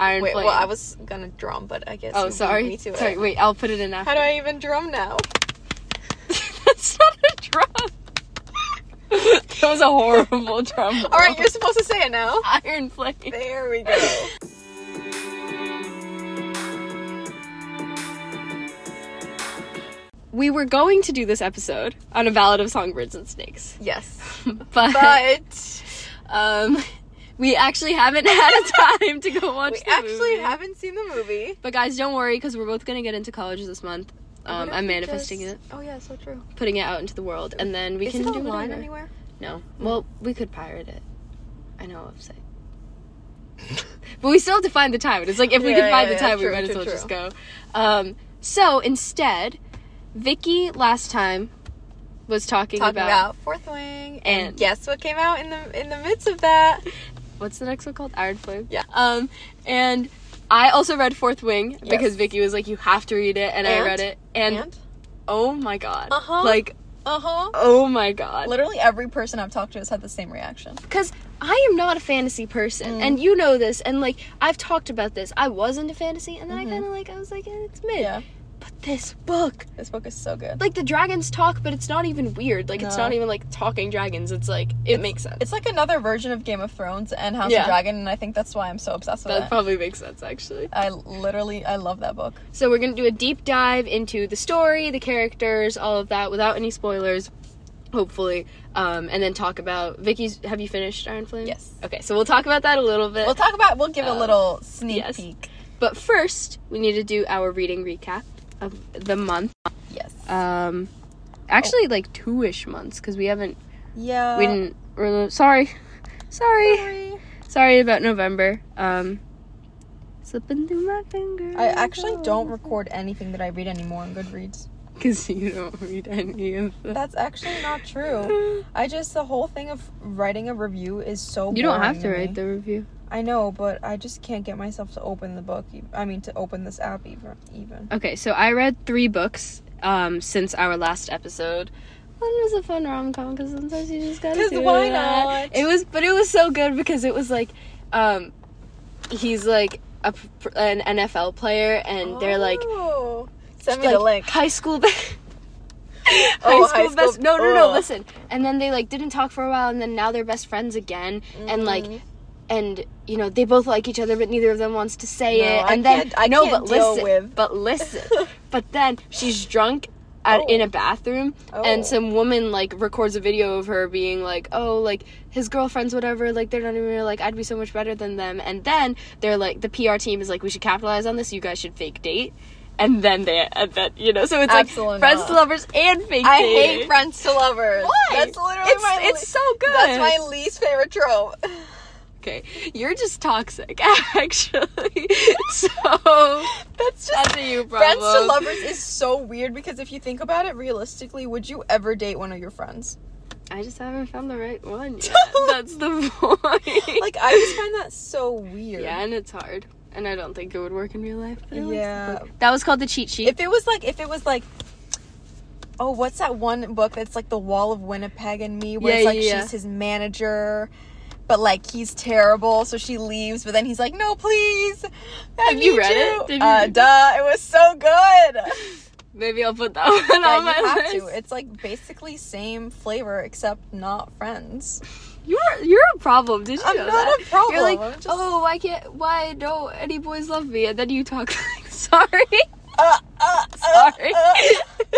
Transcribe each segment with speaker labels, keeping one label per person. Speaker 1: Iron
Speaker 2: Wait,
Speaker 1: Flame.
Speaker 2: well, I was gonna drum, but I guess.
Speaker 1: Oh,
Speaker 2: you
Speaker 1: sorry.
Speaker 2: beat Me to
Speaker 1: sorry.
Speaker 2: It.
Speaker 1: Wait, I'll put it in after.
Speaker 2: How do I even drum now?
Speaker 1: That's not a drum. that was a horrible drum.
Speaker 2: All right,
Speaker 1: roll.
Speaker 2: you're supposed to say it now.
Speaker 1: Iron Flame.
Speaker 2: There we go.
Speaker 1: We were going to do this episode on a ballad of songbirds and snakes,
Speaker 2: Yes,
Speaker 1: but,
Speaker 2: but
Speaker 1: um, we actually haven't had a time to go watch.
Speaker 2: we
Speaker 1: the
Speaker 2: actually
Speaker 1: movie.
Speaker 2: haven't seen the movie.
Speaker 1: But guys, don't worry because we're both gonna get into college this month. Um,
Speaker 2: What if
Speaker 1: I'm
Speaker 2: we
Speaker 1: manifesting
Speaker 2: just-
Speaker 1: it,
Speaker 2: Oh yeah, so true.
Speaker 1: putting it out into the world, and then we
Speaker 2: Is
Speaker 1: can
Speaker 2: it
Speaker 1: do
Speaker 2: online
Speaker 1: whatever.
Speaker 2: anywhere?
Speaker 1: No. Well, we could pirate it. I know a website. but we still have to find the time. It's like if we
Speaker 2: Yeah,
Speaker 1: can find
Speaker 2: yeah,
Speaker 1: the
Speaker 2: yeah,
Speaker 1: time,
Speaker 2: true,
Speaker 1: we might as
Speaker 2: true,
Speaker 1: well
Speaker 2: true.
Speaker 1: just go. Um, so instead, Vicky last time was talking,
Speaker 2: Talking
Speaker 1: about,
Speaker 2: about, Fourth Wing, and,
Speaker 1: And-
Speaker 2: guess what came out in the in the midst of that?
Speaker 1: what's the next one called? Iron Flame.
Speaker 2: Yeah.
Speaker 1: Um, and I also read Fourth Wing because
Speaker 2: Yes.
Speaker 1: Vicky was like, "You have to read it," and, I
Speaker 2: And-
Speaker 1: read it, and, oh my god,
Speaker 2: Uh-huh.
Speaker 1: like
Speaker 2: uh huh.
Speaker 1: oh my god,
Speaker 2: Literally every person I've talked to has had the same reaction.
Speaker 1: because I am not a fantasy person,
Speaker 2: Mm.
Speaker 1: and you know this, and like I've talked about this. I was into fantasy, and then I kind of like I was like, eh, it's mid.
Speaker 2: Mm-hmm. Yeah,
Speaker 1: But this book,
Speaker 2: this book is so good.
Speaker 1: like the dragons talk, but it's not even weird. Like it's
Speaker 2: No.
Speaker 1: not even like talking dragons. It's like it makes sense.
Speaker 2: It's like another version of Game of Thrones and House
Speaker 1: Yeah.
Speaker 2: of Dragon, and I think that's why I'm so obsessed with
Speaker 1: that
Speaker 2: it.
Speaker 1: probably makes sense actually.
Speaker 2: I literally, I love that book.
Speaker 1: So we're gonna do a deep dive into the story, the characters, all of that, without any spoilers, hopefully. Um, and then talk about Vicky's. Have you finished Iron Flame?
Speaker 2: Yes.
Speaker 1: Okay, so we'll talk about that a little bit.
Speaker 2: We'll talk about. We'll give a
Speaker 1: Um,
Speaker 2: little sneak
Speaker 1: yes.
Speaker 2: peek.
Speaker 1: but first, we need to do our reading recap of the month.
Speaker 2: Yes.
Speaker 1: Um,
Speaker 2: Oh.
Speaker 1: actually, like two-ish months because we haven't.
Speaker 2: yeah.
Speaker 1: we didn't. Really, sorry. Sorry.
Speaker 2: Uh, Sorry.
Speaker 1: Sorry about November. Um, slipping through my fingers.
Speaker 2: I actually don't record anything that I read anymore on Goodreads.
Speaker 1: because you don't read any of the.
Speaker 2: That's actually not true.
Speaker 1: You
Speaker 2: I just the whole thing of writing a review is so.
Speaker 1: don't
Speaker 2: boring
Speaker 1: have to write
Speaker 2: me.
Speaker 1: the review.
Speaker 2: I know, but I just can't get myself to open the book. e- I mean, to open this app even. Even.
Speaker 1: Okay, so I read three books um since our last episode. One was a fun rom com because sometimes you just gotta
Speaker 2: 'Cause
Speaker 1: do
Speaker 2: why
Speaker 1: that.
Speaker 2: not?
Speaker 1: It was, but it was so good because it was like, um, he's like a pr- an NFL player and they're like
Speaker 2: Oh. Send me
Speaker 1: like
Speaker 2: the link.
Speaker 1: high school be- high
Speaker 2: Oh,
Speaker 1: school,
Speaker 2: high school-
Speaker 1: best no no no
Speaker 2: ugh.
Speaker 1: listen and then they like didn't talk for a while and then now they're best friends again and like
Speaker 2: Mhm.
Speaker 1: and you know they both like each other but neither of them wants to say
Speaker 2: No,
Speaker 1: it
Speaker 2: I
Speaker 1: and then
Speaker 2: can't- I
Speaker 1: no
Speaker 2: can't
Speaker 1: but
Speaker 2: deal
Speaker 1: listen
Speaker 2: with-
Speaker 1: but listen but then she's drunk at,
Speaker 2: Oh.
Speaker 1: in a bathroom
Speaker 2: Oh.
Speaker 1: and some woman like records a video of her being like oh like his girlfriends whatever like they're not even real, like i'd be so much better than them and then they're like the pr team is like we should capitalize on this you guys should fake date and then they and then you know so it's
Speaker 2: Absolutely
Speaker 1: like friends
Speaker 2: not.
Speaker 1: to lovers and fake
Speaker 2: I
Speaker 1: dating.
Speaker 2: hate friends to lovers.
Speaker 1: Why?
Speaker 2: That's literally
Speaker 1: it's,
Speaker 2: my.
Speaker 1: it's so good
Speaker 2: le- that's my least favorite trope.
Speaker 1: okay you're just toxic actually so
Speaker 2: That's just
Speaker 1: that's a you problem
Speaker 2: Friends to lovers is so weird because if you think about it realistically, would you ever date one of your friends?
Speaker 1: I just haven't found the right one yet. That's the point.
Speaker 2: Like I just find that so weird.
Speaker 1: yeah, and it's hard, and I don't think it would work in real life. But it was-
Speaker 2: Yeah.
Speaker 1: that was called the cheat sheet.
Speaker 2: If it was like if it was like Oh, what's that one book that's like The Wall of Winnipeg and Me where it's
Speaker 1: Yeah,
Speaker 2: like
Speaker 1: yeah, yeah.
Speaker 2: she's his manager but like he's terrible, so she leaves. But then he's like, "No, please." I
Speaker 1: Have you
Speaker 2: need
Speaker 1: read it? Did you
Speaker 2: uh,
Speaker 1: read it?
Speaker 2: duh, it was so good.
Speaker 1: Maybe I'll put that one
Speaker 2: Yeah,
Speaker 1: on my
Speaker 2: you have
Speaker 1: list.
Speaker 2: to. It's like basically same flavor except not friends.
Speaker 1: You're you're a problem. Did you
Speaker 2: I'm
Speaker 1: know
Speaker 2: not
Speaker 1: that?
Speaker 2: a problem,
Speaker 1: You're like,
Speaker 2: I'm just-
Speaker 1: oh, why can't why don't any boys love me? And then you talk like, sorry.
Speaker 2: Uh, uh, uh,
Speaker 1: Sorry.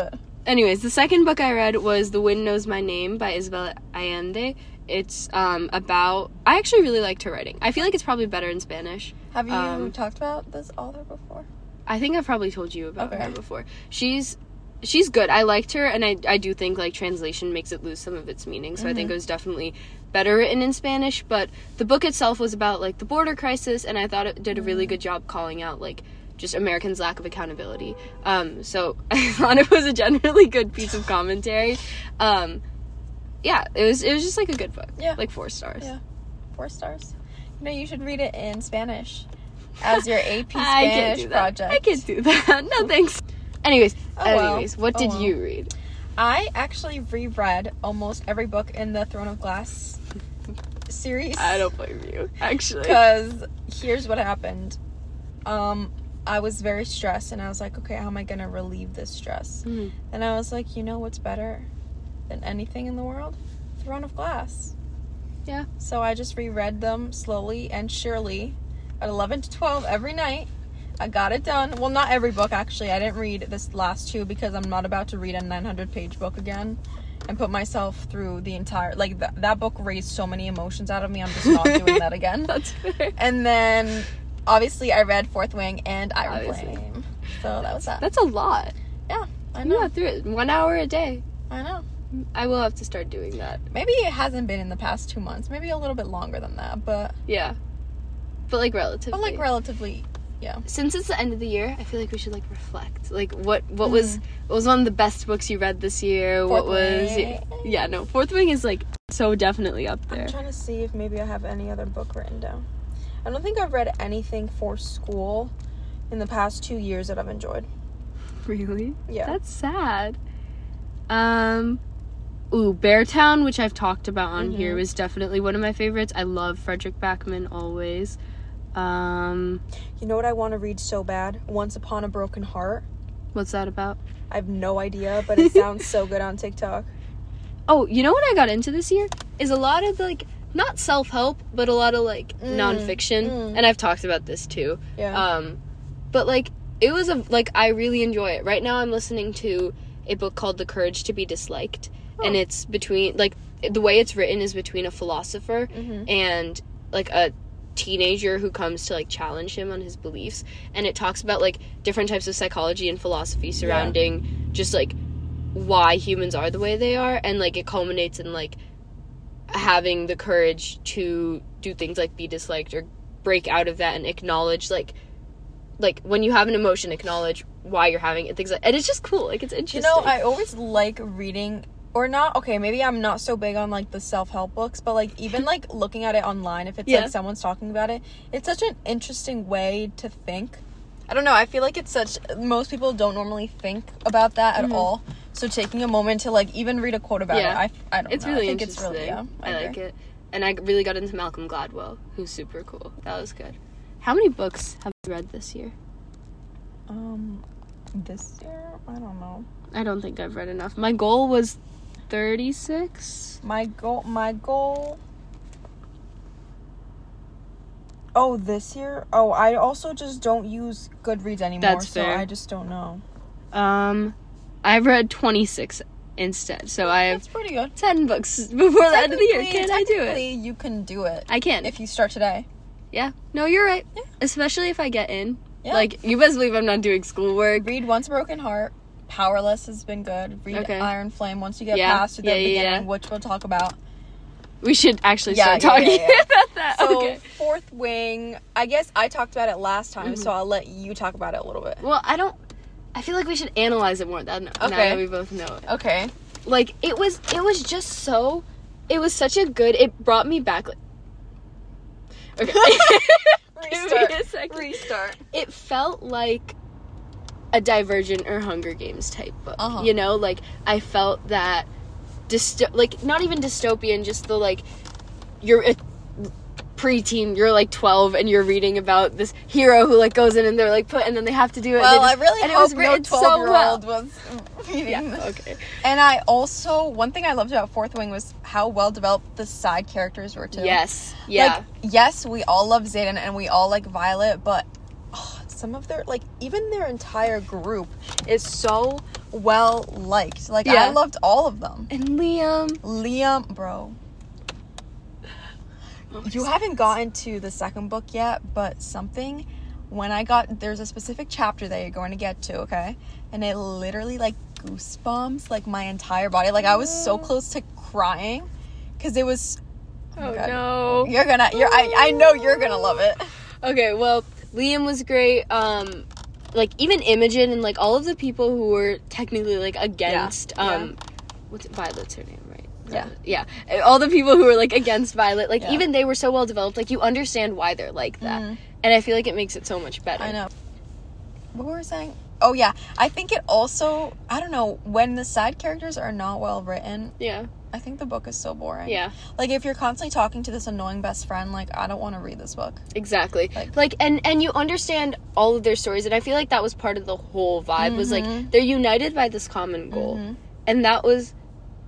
Speaker 2: uh.
Speaker 1: Anyways, the second book I read was The Wind Knows My Name by Isabel Allende. It's um about I actually really liked her writing. I feel like it's probably better in Spanish.
Speaker 2: Have you
Speaker 1: Um,
Speaker 2: talked about this author before?
Speaker 1: I think I've probably told you about
Speaker 2: Okay.
Speaker 1: her before. She's she's good. I liked her and I I do think like translation makes it lose some of its meaning. So I
Speaker 2: Mm-hmm.
Speaker 1: think it was definitely better written in Spanish, but the book itself was about like the border crisis and I thought it did a really
Speaker 2: Mm.
Speaker 1: good job calling out like just Americans' lack of accountability. Um, so I thought it was a generally good piece of commentary. Um, yeah, it was it was just like a good book.
Speaker 2: Yeah.
Speaker 1: like four stars.
Speaker 2: Yeah. Four stars. You know, you should read it in Spanish as your AP
Speaker 1: I can't
Speaker 2: Spanish
Speaker 1: do that.
Speaker 2: project.
Speaker 1: I can't do that. No thanks. Anyways,
Speaker 2: Oh, well.
Speaker 1: anyways, what
Speaker 2: Oh,
Speaker 1: did
Speaker 2: well.
Speaker 1: you read?
Speaker 2: I actually reread almost every book in the Throne of Glass series.
Speaker 1: I don't blame you, actually.
Speaker 2: Because here's what happened. um, I was very stressed, and I was like, okay, how am I gonna relieve this stress?
Speaker 1: Mhm.
Speaker 2: And I was like, you know what's better than anything in the world? Throne of Glass.
Speaker 1: Yeah.
Speaker 2: So I just reread them slowly and surely at 11 to 12 every night. I got it done. Well, not every book, actually. I didn't read this last two because I'm not about to read a 900 page book again and put myself through the entire. Like, th- that book raised so many emotions out of me. I'm just not doing that again.
Speaker 1: That's fair.
Speaker 2: And then, obviously, I read Fourth Wing and Iron
Speaker 1: Obviously.
Speaker 2: Flame. So that was that.
Speaker 1: That's a lot.
Speaker 2: yeah, I
Speaker 1: I'm
Speaker 2: know.
Speaker 1: not through it. One hour a day.
Speaker 2: I know.
Speaker 1: I will have to start doing that.
Speaker 2: Maybe it hasn't been in the past two months. Maybe a little bit longer than that, but
Speaker 1: Yeah. But like relatively.
Speaker 2: but like relatively, yeah.
Speaker 1: since it's the end of the year, I feel like we should like reflect. Like what what was what was one of the best books you read this year? what
Speaker 2: Mm-hmm. Fourth
Speaker 1: was
Speaker 2: Wing.
Speaker 1: Yeah, no. Fourth Wing is like so definitely up there.
Speaker 2: I'm trying to see if maybe I have any other book written down. I don't think I've read anything for school in the past two years that I've enjoyed.
Speaker 1: Really?
Speaker 2: Yeah.
Speaker 1: That's sad. Um Ooh, Beartown, which I've talked about on here,
Speaker 2: Mm-hmm.
Speaker 1: was definitely one of my favorites. I love Frederick Backman always. Um
Speaker 2: you know what I want to read so bad? Once Upon a Broken Heart.
Speaker 1: what's that about?
Speaker 2: I have no idea, but it sounds so good on TikTok.
Speaker 1: Oh, you know what I got into this year is a lot of like not self help, but a lot of like nonfiction,
Speaker 2: mm.
Speaker 1: and I've talked about this too.
Speaker 2: Yeah.
Speaker 1: Um, but like it was a like I really enjoy it. Right now, I'm listening to a book called The Courage to Be Disliked, and
Speaker 2: Oh.
Speaker 1: it's between like the way it's written is between a philosopher
Speaker 2: Mhm.
Speaker 1: and like a teenager who comes to like challenge him on his beliefs and it talks about like different types of psychology and philosophy surrounding just like why humans are the way they are and like it culminates in like having the courage to do things like be disliked or break out of that and acknowledge like like when you have an emotion acknowledge why you're having it things like and it's just cool like it's
Speaker 2: you
Speaker 1: interesting
Speaker 2: know, I always like reading or not okay maybe i'm not so big on like the self-help books but like even like looking at it online if it's
Speaker 1: Yeah.
Speaker 2: like someone's talking about it it's such an interesting way to think i don't know i feel like it's such most people don't normally think about that at all so taking a moment to like even read a quote about
Speaker 1: Mm-hmm. Yeah.
Speaker 2: it i, I don't
Speaker 1: it's
Speaker 2: know.
Speaker 1: really
Speaker 2: I think it's
Speaker 1: interesting
Speaker 2: really yeah,
Speaker 1: I, like
Speaker 2: agree.
Speaker 1: it and i really got into malcolm gladwell who's super cool that was good how many books have you read this year
Speaker 2: um this year i don't know
Speaker 1: i don't think i've read enough my goal was 36
Speaker 2: my goal my goal oh this year oh i also just don't use goodreads anymore
Speaker 1: That's
Speaker 2: so
Speaker 1: fair.
Speaker 2: i just don't know
Speaker 1: um i've read 26 instead so i have
Speaker 2: That's pretty good.
Speaker 1: 10 books before the end of the year
Speaker 2: Technically-
Speaker 1: can i do it
Speaker 2: technically, You can do it
Speaker 1: i can
Speaker 2: if you start today.
Speaker 1: yeah no you're right
Speaker 2: Yeah.
Speaker 1: especially if i get in
Speaker 2: Yeah.
Speaker 1: like you best believe i'm not doing schoolwork
Speaker 2: read Once a Broken Heart. Powerless has been good. Read
Speaker 1: Okay.
Speaker 2: Iron Flame once you get
Speaker 1: Yeah.
Speaker 2: past to the
Speaker 1: Yeah, yeah,
Speaker 2: beginning,
Speaker 1: yeah.
Speaker 2: which we'll talk about.
Speaker 1: we should actually
Speaker 2: Yeah,
Speaker 1: start
Speaker 2: yeah,
Speaker 1: talking
Speaker 2: yeah, yeah.
Speaker 1: about that
Speaker 2: So
Speaker 1: okay
Speaker 2: Fourth Wing, I guess I talked about it last time,
Speaker 1: Mm-hmm.
Speaker 2: so I'll let you talk about it a little bit.
Speaker 1: Well, I don't. I feel like we should analyze it more than now
Speaker 2: Okay.
Speaker 1: that we both know it.
Speaker 2: Okay.
Speaker 1: Like it was, it was just so. It was such a good. It brought me back. Like, okay, Give me a
Speaker 2: Restart.
Speaker 1: second.
Speaker 2: Restart.
Speaker 1: it felt like a Divergent or Hunger Games type book.
Speaker 2: Uh-huh.
Speaker 1: You know, like I felt that dysto- like not even dystopian, just the like you're a preteen, you're like twelve, and you're reading about this hero who like goes in and they're like put, and then they have to do it. and they
Speaker 2: Well, I
Speaker 1: just-
Speaker 2: really
Speaker 1: and
Speaker 2: hope no
Speaker 1: written so well.
Speaker 2: twelve year old was reading this.
Speaker 1: Yeah. Okay.
Speaker 2: And I also one thing I loved about Fourth Wing was how well developed the side characters were too.
Speaker 1: Yes. Yeah.
Speaker 2: Like, yes, we all love Zayden and we all like Violet, but oh, some of their like even their entire group is so well liked. Like
Speaker 1: Yeah.
Speaker 2: I loved all of them.
Speaker 1: and Liam.
Speaker 2: Liam, bro, you haven't gotten to the second book yet, but something when I got there's a specific chapter that you're going to get to, okay? And it literally like goosebumps like my entire body. Like I was so close to crying cuz it was
Speaker 1: Oh
Speaker 2: God.
Speaker 1: no.
Speaker 2: you're going to you're I, I know you're going to love it.
Speaker 1: Okay. Well, Liam was great. Um, like even Imogen and like all of the people who were technically like against
Speaker 2: Yeah.
Speaker 1: um, what's Violet's her name, right?
Speaker 2: Yeah.
Speaker 1: Yeah. And All the people who were like against Violet, like
Speaker 2: Yeah.
Speaker 1: even they were so well developed. Like you understand why they're like that,
Speaker 2: Mhm.
Speaker 1: and I feel like it makes it so much better.
Speaker 2: I know. What were we saying? Oh yeah, I think it also I don't know when the side characters are not well written,
Speaker 1: Yeah.
Speaker 2: I think the book is so boring.
Speaker 1: Yeah.
Speaker 2: Like if you're constantly talking to this annoying best friend, like I don't want to read this book.
Speaker 1: Exactly.
Speaker 2: Like-
Speaker 1: Like, and and you understand all of their stories and I feel like that was part of the whole vibe was like
Speaker 2: Mhm.
Speaker 1: they're united by this common goal.
Speaker 2: Mhm.
Speaker 1: And that was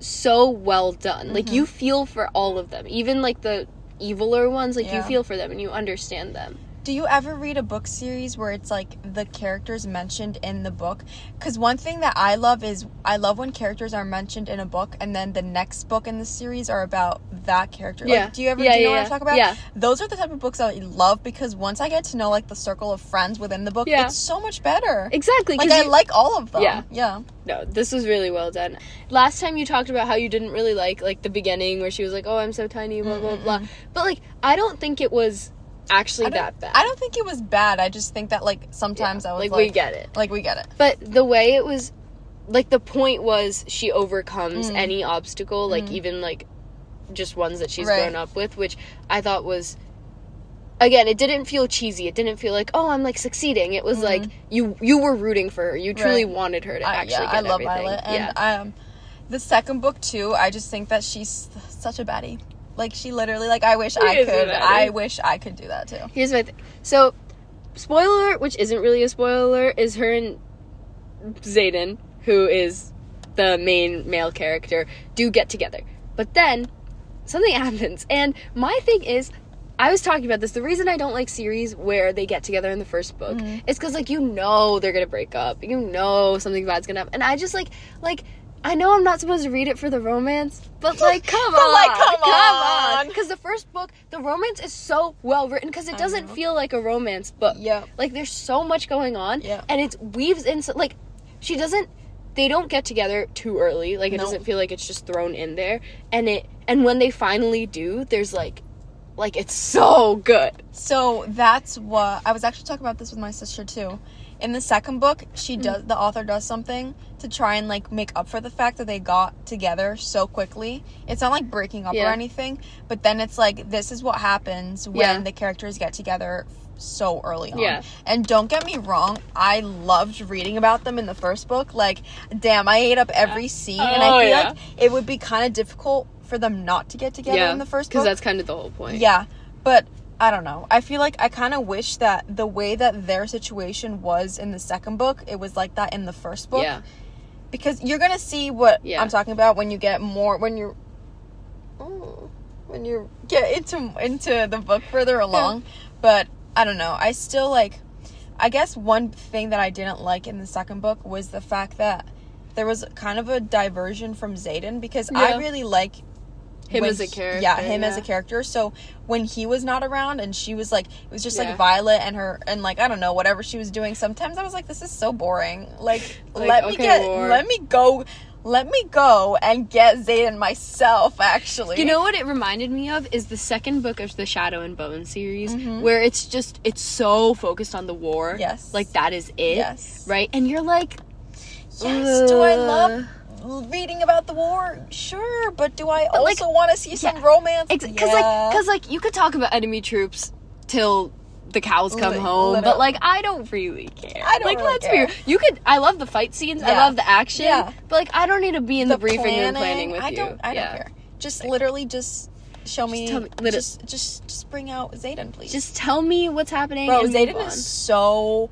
Speaker 1: so well done. Like you
Speaker 2: Mm-hmm.
Speaker 1: feel for all of them, even like the eviler ones, like you
Speaker 2: Yeah.
Speaker 1: feel for them and you understand them.
Speaker 2: Do you ever read a book series where it's like the characters mentioned in the book? Because one thing that I love is I love when characters are mentioned in a book and then the next book in the series are about that character.
Speaker 1: Yeah.
Speaker 2: Like, do you ever
Speaker 1: Yeah,
Speaker 2: do you know what
Speaker 1: yeah, yeah.
Speaker 2: I'm talking about?
Speaker 1: Yeah.
Speaker 2: Those are the type of books I love because once I get to know like the circle of friends within the book,
Speaker 1: Yeah.
Speaker 2: it's so much better.
Speaker 1: Exactly.
Speaker 2: Like
Speaker 1: 'cause
Speaker 2: I
Speaker 1: you-
Speaker 2: like all of them.
Speaker 1: Yeah.
Speaker 2: Yeah.
Speaker 1: No, this was really well done. Last time you talked about how you didn't really like like the beginning where she was like, "Oh, I'm so tiny," blah blah blah. But like, I don't think it was actually
Speaker 2: Mm-hmm, I don't-
Speaker 1: that bad.
Speaker 2: I don't think it was bad. I just think that like sometimes I was
Speaker 1: like,
Speaker 2: like,
Speaker 1: we get it.
Speaker 2: like we get it.
Speaker 1: But the way it was, like the point was she overcomes
Speaker 2: Mm.
Speaker 1: any obstacle, like even like just ones that she's
Speaker 2: Right.
Speaker 1: grown up with, which I thought was. Again, it didn't feel cheesy. It didn't feel like, oh, I'm like succeeding. It was like you you were rooting for her. You truly
Speaker 2: Mm-hmm. Right.
Speaker 1: wanted her to
Speaker 2: I,
Speaker 1: actually
Speaker 2: yeah,
Speaker 1: get
Speaker 2: I love
Speaker 1: everything.
Speaker 2: Violet,
Speaker 1: yeah.
Speaker 2: and um, the second book too. I just think that she's such a baddie. Like she literally, like I wish I
Speaker 1: is a
Speaker 2: could.
Speaker 1: baddie.
Speaker 2: I wish I could do that too.
Speaker 1: Here's my thing. So, spoiler, which isn't really a spoiler, is her and Zayden, who is the main male character, do get together. But then something happens, and my thing is. I was talking about this. The reason I don't like series where they get together in the first book is because, like, you know they're gonna break up. You know something bad's gonna happen, and I just like, like, I know I'm not supposed to read it for the romance, but like, come
Speaker 2: But,
Speaker 1: on,
Speaker 2: like, come on.
Speaker 1: because the first book, the romance is so well written because it doesn't
Speaker 2: know.
Speaker 1: feel like a romance book.
Speaker 2: Yeah.
Speaker 1: Like there's so much going on.
Speaker 2: Yeah.
Speaker 1: And it weaves in so, like she doesn't they don't get together too early. Like it
Speaker 2: No.
Speaker 1: doesn't feel like it's just thrown in there. And it and when they finally do, there's like like it's so good.
Speaker 2: So that's what I was actually talking about this with my sister too. In the second book, she
Speaker 1: Hmm.
Speaker 2: does the author does something to try and like make up for the fact that they got together so quickly. It's not like breaking up
Speaker 1: Yeah.
Speaker 2: or anything, but then it's like this is what happens when
Speaker 1: Yeah.
Speaker 2: the characters get together so early on.
Speaker 1: Yeah.
Speaker 2: And don't get me wrong, I loved reading about them in the first book. Like, damn, I ate up every scene and
Speaker 1: Oh,
Speaker 2: I feel
Speaker 1: yeah.
Speaker 2: like it would be kind of difficult for them not to get together in the first book.
Speaker 1: Because that's kind of the whole point.
Speaker 2: Yeah, but I don't know. I feel like I kind of wish that the way that their situation was in the second book, it was like that in the first book.
Speaker 1: Yeah.
Speaker 2: Because you're gonna see what
Speaker 1: Yeah.
Speaker 2: I'm talking about when you get more when you Mm, when you get into into the book further along. But I don't know. I still like. I guess one thing that I didn't like in the second book was the fact that there was kind of a diversion from Zayden because
Speaker 1: Yeah.
Speaker 2: I really like
Speaker 1: Him
Speaker 2: when
Speaker 1: as a
Speaker 2: he-
Speaker 1: character.
Speaker 2: Yeah, him as a character. So when he was not around and she was like, it was just
Speaker 1: Yeah.
Speaker 2: like Violet and her and like I don't know whatever she was doing. Sometimes I was like, this is so boring. Like,
Speaker 1: Like,
Speaker 2: let me
Speaker 1: okay,
Speaker 2: get,
Speaker 1: Lord.
Speaker 2: let me go, let me go and get Zayden myself. Actually,
Speaker 1: You know what it reminded me of is the second book of the Shadow and Bone series, where it's just it's so focused on the war.
Speaker 2: Mm-hmm. Yes.
Speaker 1: like that is it.
Speaker 2: Yes.
Speaker 1: right. And you're like,
Speaker 2: yes. Do I
Speaker 1: Ugh.
Speaker 2: love reading about the war? Sure, but do I
Speaker 1: But, like,
Speaker 2: also want to see some romance?
Speaker 1: because like because like you could talk about enemy troops till the cows come
Speaker 2: Li-
Speaker 1: home, but
Speaker 2: literally.
Speaker 1: like I don't really care.
Speaker 2: I don't
Speaker 1: like.
Speaker 2: really
Speaker 1: let's
Speaker 2: care.
Speaker 1: be real. you could. I love the fight scenes. I
Speaker 2: Yeah.
Speaker 1: love the action.
Speaker 2: Yeah.
Speaker 1: but like I don't need to be in the, briefing room planning with
Speaker 2: I
Speaker 1: you.
Speaker 2: don't. I
Speaker 1: Yeah.
Speaker 2: don't care. Just literally, just show me.
Speaker 1: tell me- literally-
Speaker 2: just, just, just bring out Zayden, please.
Speaker 1: Just tell me what's happening.
Speaker 2: bro,
Speaker 1: and move
Speaker 2: Zayden
Speaker 1: on.
Speaker 2: is so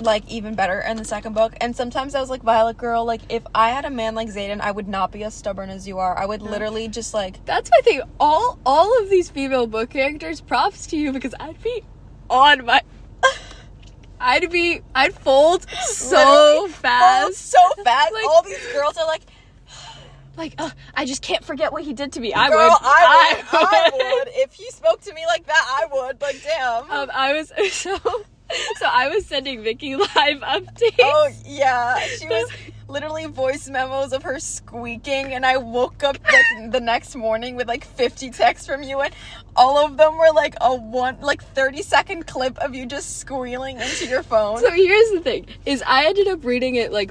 Speaker 2: like even better in the second book. And sometimes I was like, Violet girl, like if I had a man like Zayden, I would not be as stubborn as you are. I would literally just like
Speaker 1: That's my thing. All all of these female book characters, props to you because I'd be on my I'd be I'd fold so
Speaker 2: literally fall
Speaker 1: fast.
Speaker 2: Oh, so fast.
Speaker 1: Like-
Speaker 2: All these girls are like,
Speaker 1: Like ugh, I just can't forget what he did to me. I
Speaker 2: girl,
Speaker 1: would
Speaker 2: I would, I would, If he spoke to me like that, I would. Like, damn.
Speaker 1: um I was so so I was sending Vicky live updates.
Speaker 2: Oh yeah, she was literally voice memos of her squeaking, and I woke up the, the next morning with like 50 texts from you, and all of them were like a one, like 30 second clip of you just squealing into your phone.
Speaker 1: So here's the thing: is I ended up reading it like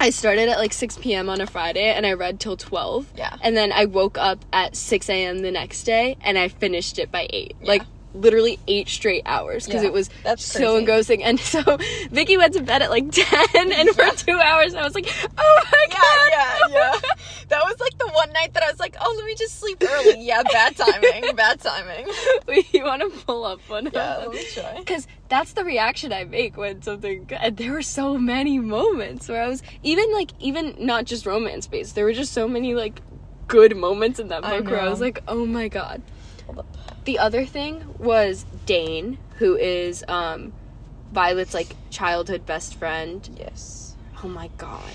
Speaker 1: I started at like 6 p.m. on a Friday and I read till 12.
Speaker 2: Yeah.
Speaker 1: And then I woke up at 6 a.m. the next day and I finished it by 8. Like literally eight straight hours because
Speaker 2: Yeah,
Speaker 1: it was
Speaker 2: that's
Speaker 1: so
Speaker 2: crazy.
Speaker 1: engrossing. And so Vicky went to bed at like ten, and for two hours I was like, oh my
Speaker 2: Yeah,
Speaker 1: god.
Speaker 2: yeah, yeah. That was like the one night that I was like, oh, let me just sleep early. Yeah, bad timing, bad timing.
Speaker 1: you want to pull up one?
Speaker 2: Yeah, let me try.
Speaker 1: Because that's the reaction I make when something. And there were so many moments where I was even like even not just romance based. There were just so many like good moments in that
Speaker 2: I
Speaker 1: book where I was
Speaker 2: know.
Speaker 1: like, oh my god.
Speaker 2: Hold up.
Speaker 1: The other thing was Dane, who is um, Violet's like childhood best friend.
Speaker 2: Yes.
Speaker 1: Oh my god.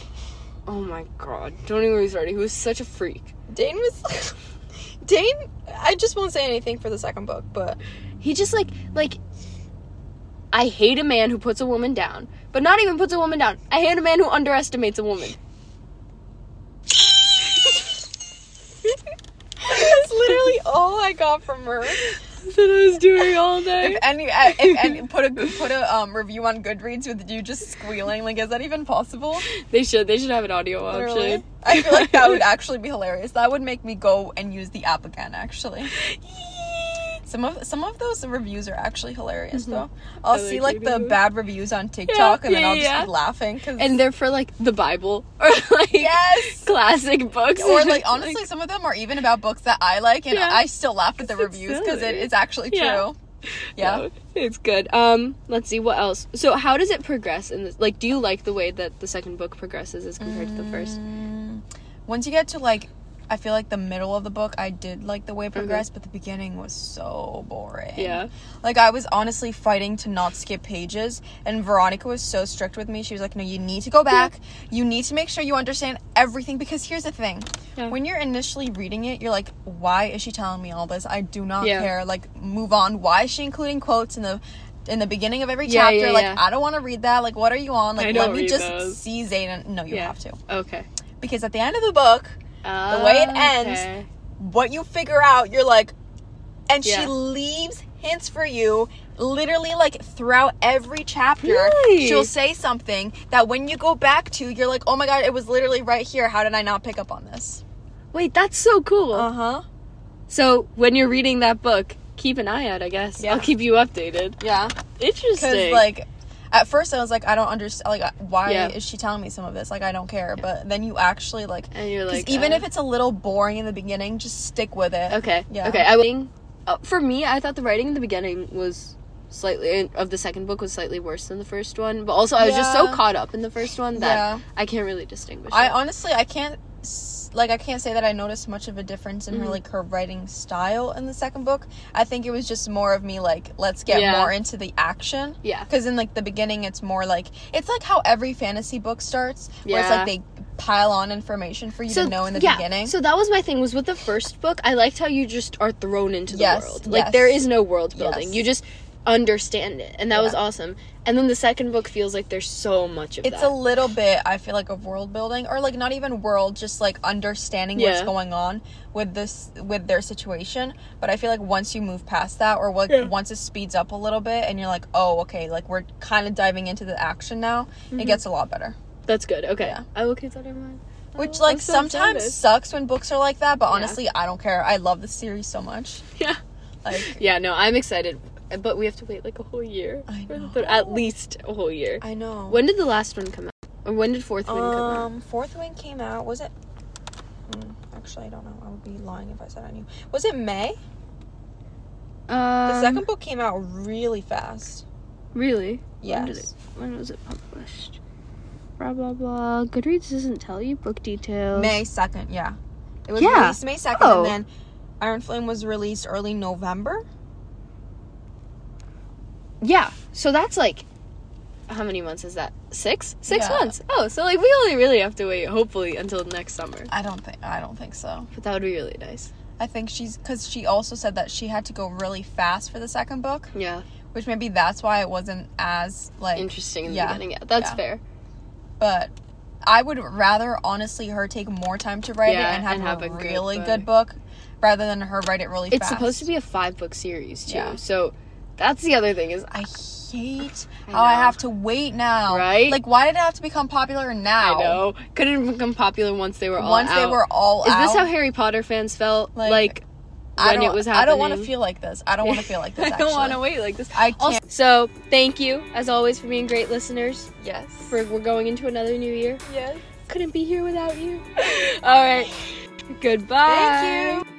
Speaker 1: Oh my god. Don't even get me started. He was such a freak.
Speaker 2: Dane was like, Dane, I just won't say anything for the second book, but
Speaker 1: He just like like I hate a man who puts a woman down. But not even puts a woman down. I hate a man who underestimates a woman.
Speaker 2: that's literally all I got from her.
Speaker 1: That's what I was doing all
Speaker 2: If
Speaker 1: day.
Speaker 2: any, uh, if any, put a put a um, review on Goodreads with you just squealing. Like, is that even possible?
Speaker 1: They should they should have an audio
Speaker 2: Literally,
Speaker 1: option.
Speaker 2: I feel like that would actually be hilarious. That would make me go and use the app again. Actually, some of some of those reviews are actually hilarious though. I'll
Speaker 1: Mm-hmm. I
Speaker 2: see
Speaker 1: like
Speaker 2: like the
Speaker 1: reading those.
Speaker 2: bad reviews on TikTok, and then
Speaker 1: yeah,
Speaker 2: I'll just
Speaker 1: yeah.
Speaker 2: be laughing. Cause
Speaker 1: and they're for like the Bible or like
Speaker 2: yes.
Speaker 1: classic books.
Speaker 2: or
Speaker 1: It's
Speaker 2: like honestly some of them are even about books that i like and
Speaker 1: Yeah.
Speaker 2: i still laugh at the
Speaker 1: 'Cause it's
Speaker 2: reviews because it
Speaker 1: silly.
Speaker 2: is actually true
Speaker 1: Yeah.
Speaker 2: yeah,
Speaker 1: No, it's good. Um, let's see what else. So, how does it progress in this? Like, do you like the way that the second book progresses as compared to the first?
Speaker 2: Mm, once you get to like i feel like the middle of the book i did like the way it progressed but the beginning was so boring
Speaker 1: Mm-hmm. Yeah,
Speaker 2: like i was honestly fighting to not skip pages and veronica was so strict with me she was like no you need to go back you need to make sure you understand everything because here's the thing
Speaker 1: Yeah.
Speaker 2: when you're initially reading it you're like why is she telling me all this i do not
Speaker 1: Yeah.
Speaker 2: care like move on why is she including quotes in the in the beginning of every
Speaker 1: Yeah,
Speaker 2: chapter
Speaker 1: yeah,
Speaker 2: like
Speaker 1: yeah.
Speaker 2: i don't want to read that like what are you on like
Speaker 1: I
Speaker 2: let
Speaker 1: don't
Speaker 2: me
Speaker 1: read
Speaker 2: just
Speaker 1: those.
Speaker 2: see zayden no you
Speaker 1: Yeah.
Speaker 2: have to
Speaker 1: okay.
Speaker 2: because at the end of the book
Speaker 1: The
Speaker 2: way it ends, what you figure out, you're like, and she
Speaker 1: Yeah.
Speaker 2: leaves hints for you literally like throughout every chapter.
Speaker 1: Really?
Speaker 2: She'll say something that when you go back to, you're like, oh my god, it was literally right here. How did I not pick up on this?
Speaker 1: Wait, that's so cool.
Speaker 2: huh.
Speaker 1: so, when you're reading that book, keep an eye out, I guess.
Speaker 2: Yeah.
Speaker 1: I'll keep you updated.
Speaker 2: Yeah. Because
Speaker 1: Interesting.
Speaker 2: like, at first I was like, I don't understand. Like, uh, why
Speaker 1: Yeah.
Speaker 2: is she telling me some of this? Like, I don't care. But then you actually like,
Speaker 1: and you're
Speaker 2: 'cause
Speaker 1: like,
Speaker 2: even
Speaker 1: uh,
Speaker 2: if it's a little boring in the beginning, just stick with it.
Speaker 1: Okay.
Speaker 2: Yeah.
Speaker 1: Okay. I writing, uh, for me, I thought the writing in the beginning was slightly of the second book was slightly worse than the first one, but also I was just so
Speaker 2: Yeah.
Speaker 1: caught up in the first one that
Speaker 2: Yeah.
Speaker 1: I can't really distinguish.
Speaker 2: I
Speaker 1: it.
Speaker 2: honestly I can't s- like I can't say that I noticed much of a difference in her
Speaker 1: Mhm.
Speaker 2: like her writing style in the second book. I think it was just more of me like let's get
Speaker 1: Yeah.
Speaker 2: more into the action
Speaker 1: yeah.
Speaker 2: because in like the beginning it's more like it's like how every fantasy book starts where it's
Speaker 1: Yeah.
Speaker 2: like they pile on information for you to know in the
Speaker 1: yeah,
Speaker 2: beginning.
Speaker 1: So that was my thing was with the first book, I liked how you just are thrown into the
Speaker 2: Yes,
Speaker 1: world. Like
Speaker 2: yes.
Speaker 1: there is no world building.
Speaker 2: Yes.
Speaker 1: You just understand it. And that was
Speaker 2: Yeah.
Speaker 1: awesome. And then the second book feels like there's so much of
Speaker 2: it's a
Speaker 1: that.
Speaker 2: little bit I feel like of world building or like not even world just like understanding what's
Speaker 1: Yeah.
Speaker 2: going on with this with their situation but I feel like once you move past that or like
Speaker 1: Yeah.
Speaker 2: once it speeds up a little bit and you're like oh okay like we're kind of diving into the action now it
Speaker 1: Mhm.
Speaker 2: gets a lot better
Speaker 1: That's good. Okay.
Speaker 2: Yeah.
Speaker 1: I will keep that in mind. I
Speaker 2: which like
Speaker 1: will- Oh, I'm so
Speaker 2: sometimes
Speaker 1: excited.
Speaker 2: sucks when books are like that but
Speaker 1: Yeah.
Speaker 2: honestly I don't care I love the series so much
Speaker 1: Yeah.
Speaker 2: like
Speaker 1: Yeah, no, I'm excited. But we have to wait like a whole year.
Speaker 2: I
Speaker 1: for the
Speaker 2: know.
Speaker 1: third- at least a whole year.
Speaker 2: I know
Speaker 1: When did the last one come out? Or when did fourth one come out?
Speaker 2: Um, Fourth Wing came out. Was it? Mm, actually, I don't know. I would be lying if I said I knew. Was it May? The
Speaker 1: Um,
Speaker 2: second book came out really fast.
Speaker 1: Really? When did
Speaker 2: Yes.
Speaker 1: it- When was it published? Blah blah blah. Goodreads doesn't tell you book details.
Speaker 2: May second. Yeah. It was
Speaker 1: Yeah.
Speaker 2: released May second,
Speaker 1: Oh.
Speaker 2: and then Iron Flame was released early November.
Speaker 1: Yeah. So that's like how many months is that? Six? Six
Speaker 2: Yeah.
Speaker 1: months. Oh, so like we only really have to wait, hopefully, until next summer.
Speaker 2: I don't think. I don't think so.
Speaker 1: But that would be really nice.
Speaker 2: I think she's because she also said that she had to go really fast for the second book,
Speaker 1: Yeah.
Speaker 2: which maybe that's why it wasn't as like
Speaker 1: Interesting in the
Speaker 2: yeah,
Speaker 1: beginning. Yeah. That's
Speaker 2: yeah.
Speaker 1: fair.
Speaker 2: but I would rather honestly her take more time to write
Speaker 1: Yeah,
Speaker 2: it and have,
Speaker 1: and have
Speaker 2: a,
Speaker 1: a good
Speaker 2: really
Speaker 1: book.
Speaker 2: good book rather than her write it really
Speaker 1: It's
Speaker 2: fast.
Speaker 1: supposed to be a five book series too.
Speaker 2: Yeah.
Speaker 1: So that's the other thing is
Speaker 2: I hate
Speaker 1: I
Speaker 2: how I
Speaker 1: know.
Speaker 2: have to wait now.
Speaker 1: Right?
Speaker 2: Like why did it have to become popular now?
Speaker 1: I know. Couldn't have become popular once they were all
Speaker 2: Once they
Speaker 1: out.
Speaker 2: were all
Speaker 1: Is
Speaker 2: out.
Speaker 1: this how Harry Potter fans felt?
Speaker 2: Like-
Speaker 1: Like, when
Speaker 2: I don't,
Speaker 1: it was
Speaker 2: I
Speaker 1: happening.
Speaker 2: don't want to feel like this. I don't want to feel like this.
Speaker 1: I don't want to
Speaker 2: actually.
Speaker 1: wait like this.
Speaker 2: I can't.
Speaker 1: Also- so thank you as always for being great listeners.
Speaker 2: yes.
Speaker 1: For we're going into another new year.
Speaker 2: yes.
Speaker 1: Couldn't be here without you. All right. Goodbye.
Speaker 2: Thank you.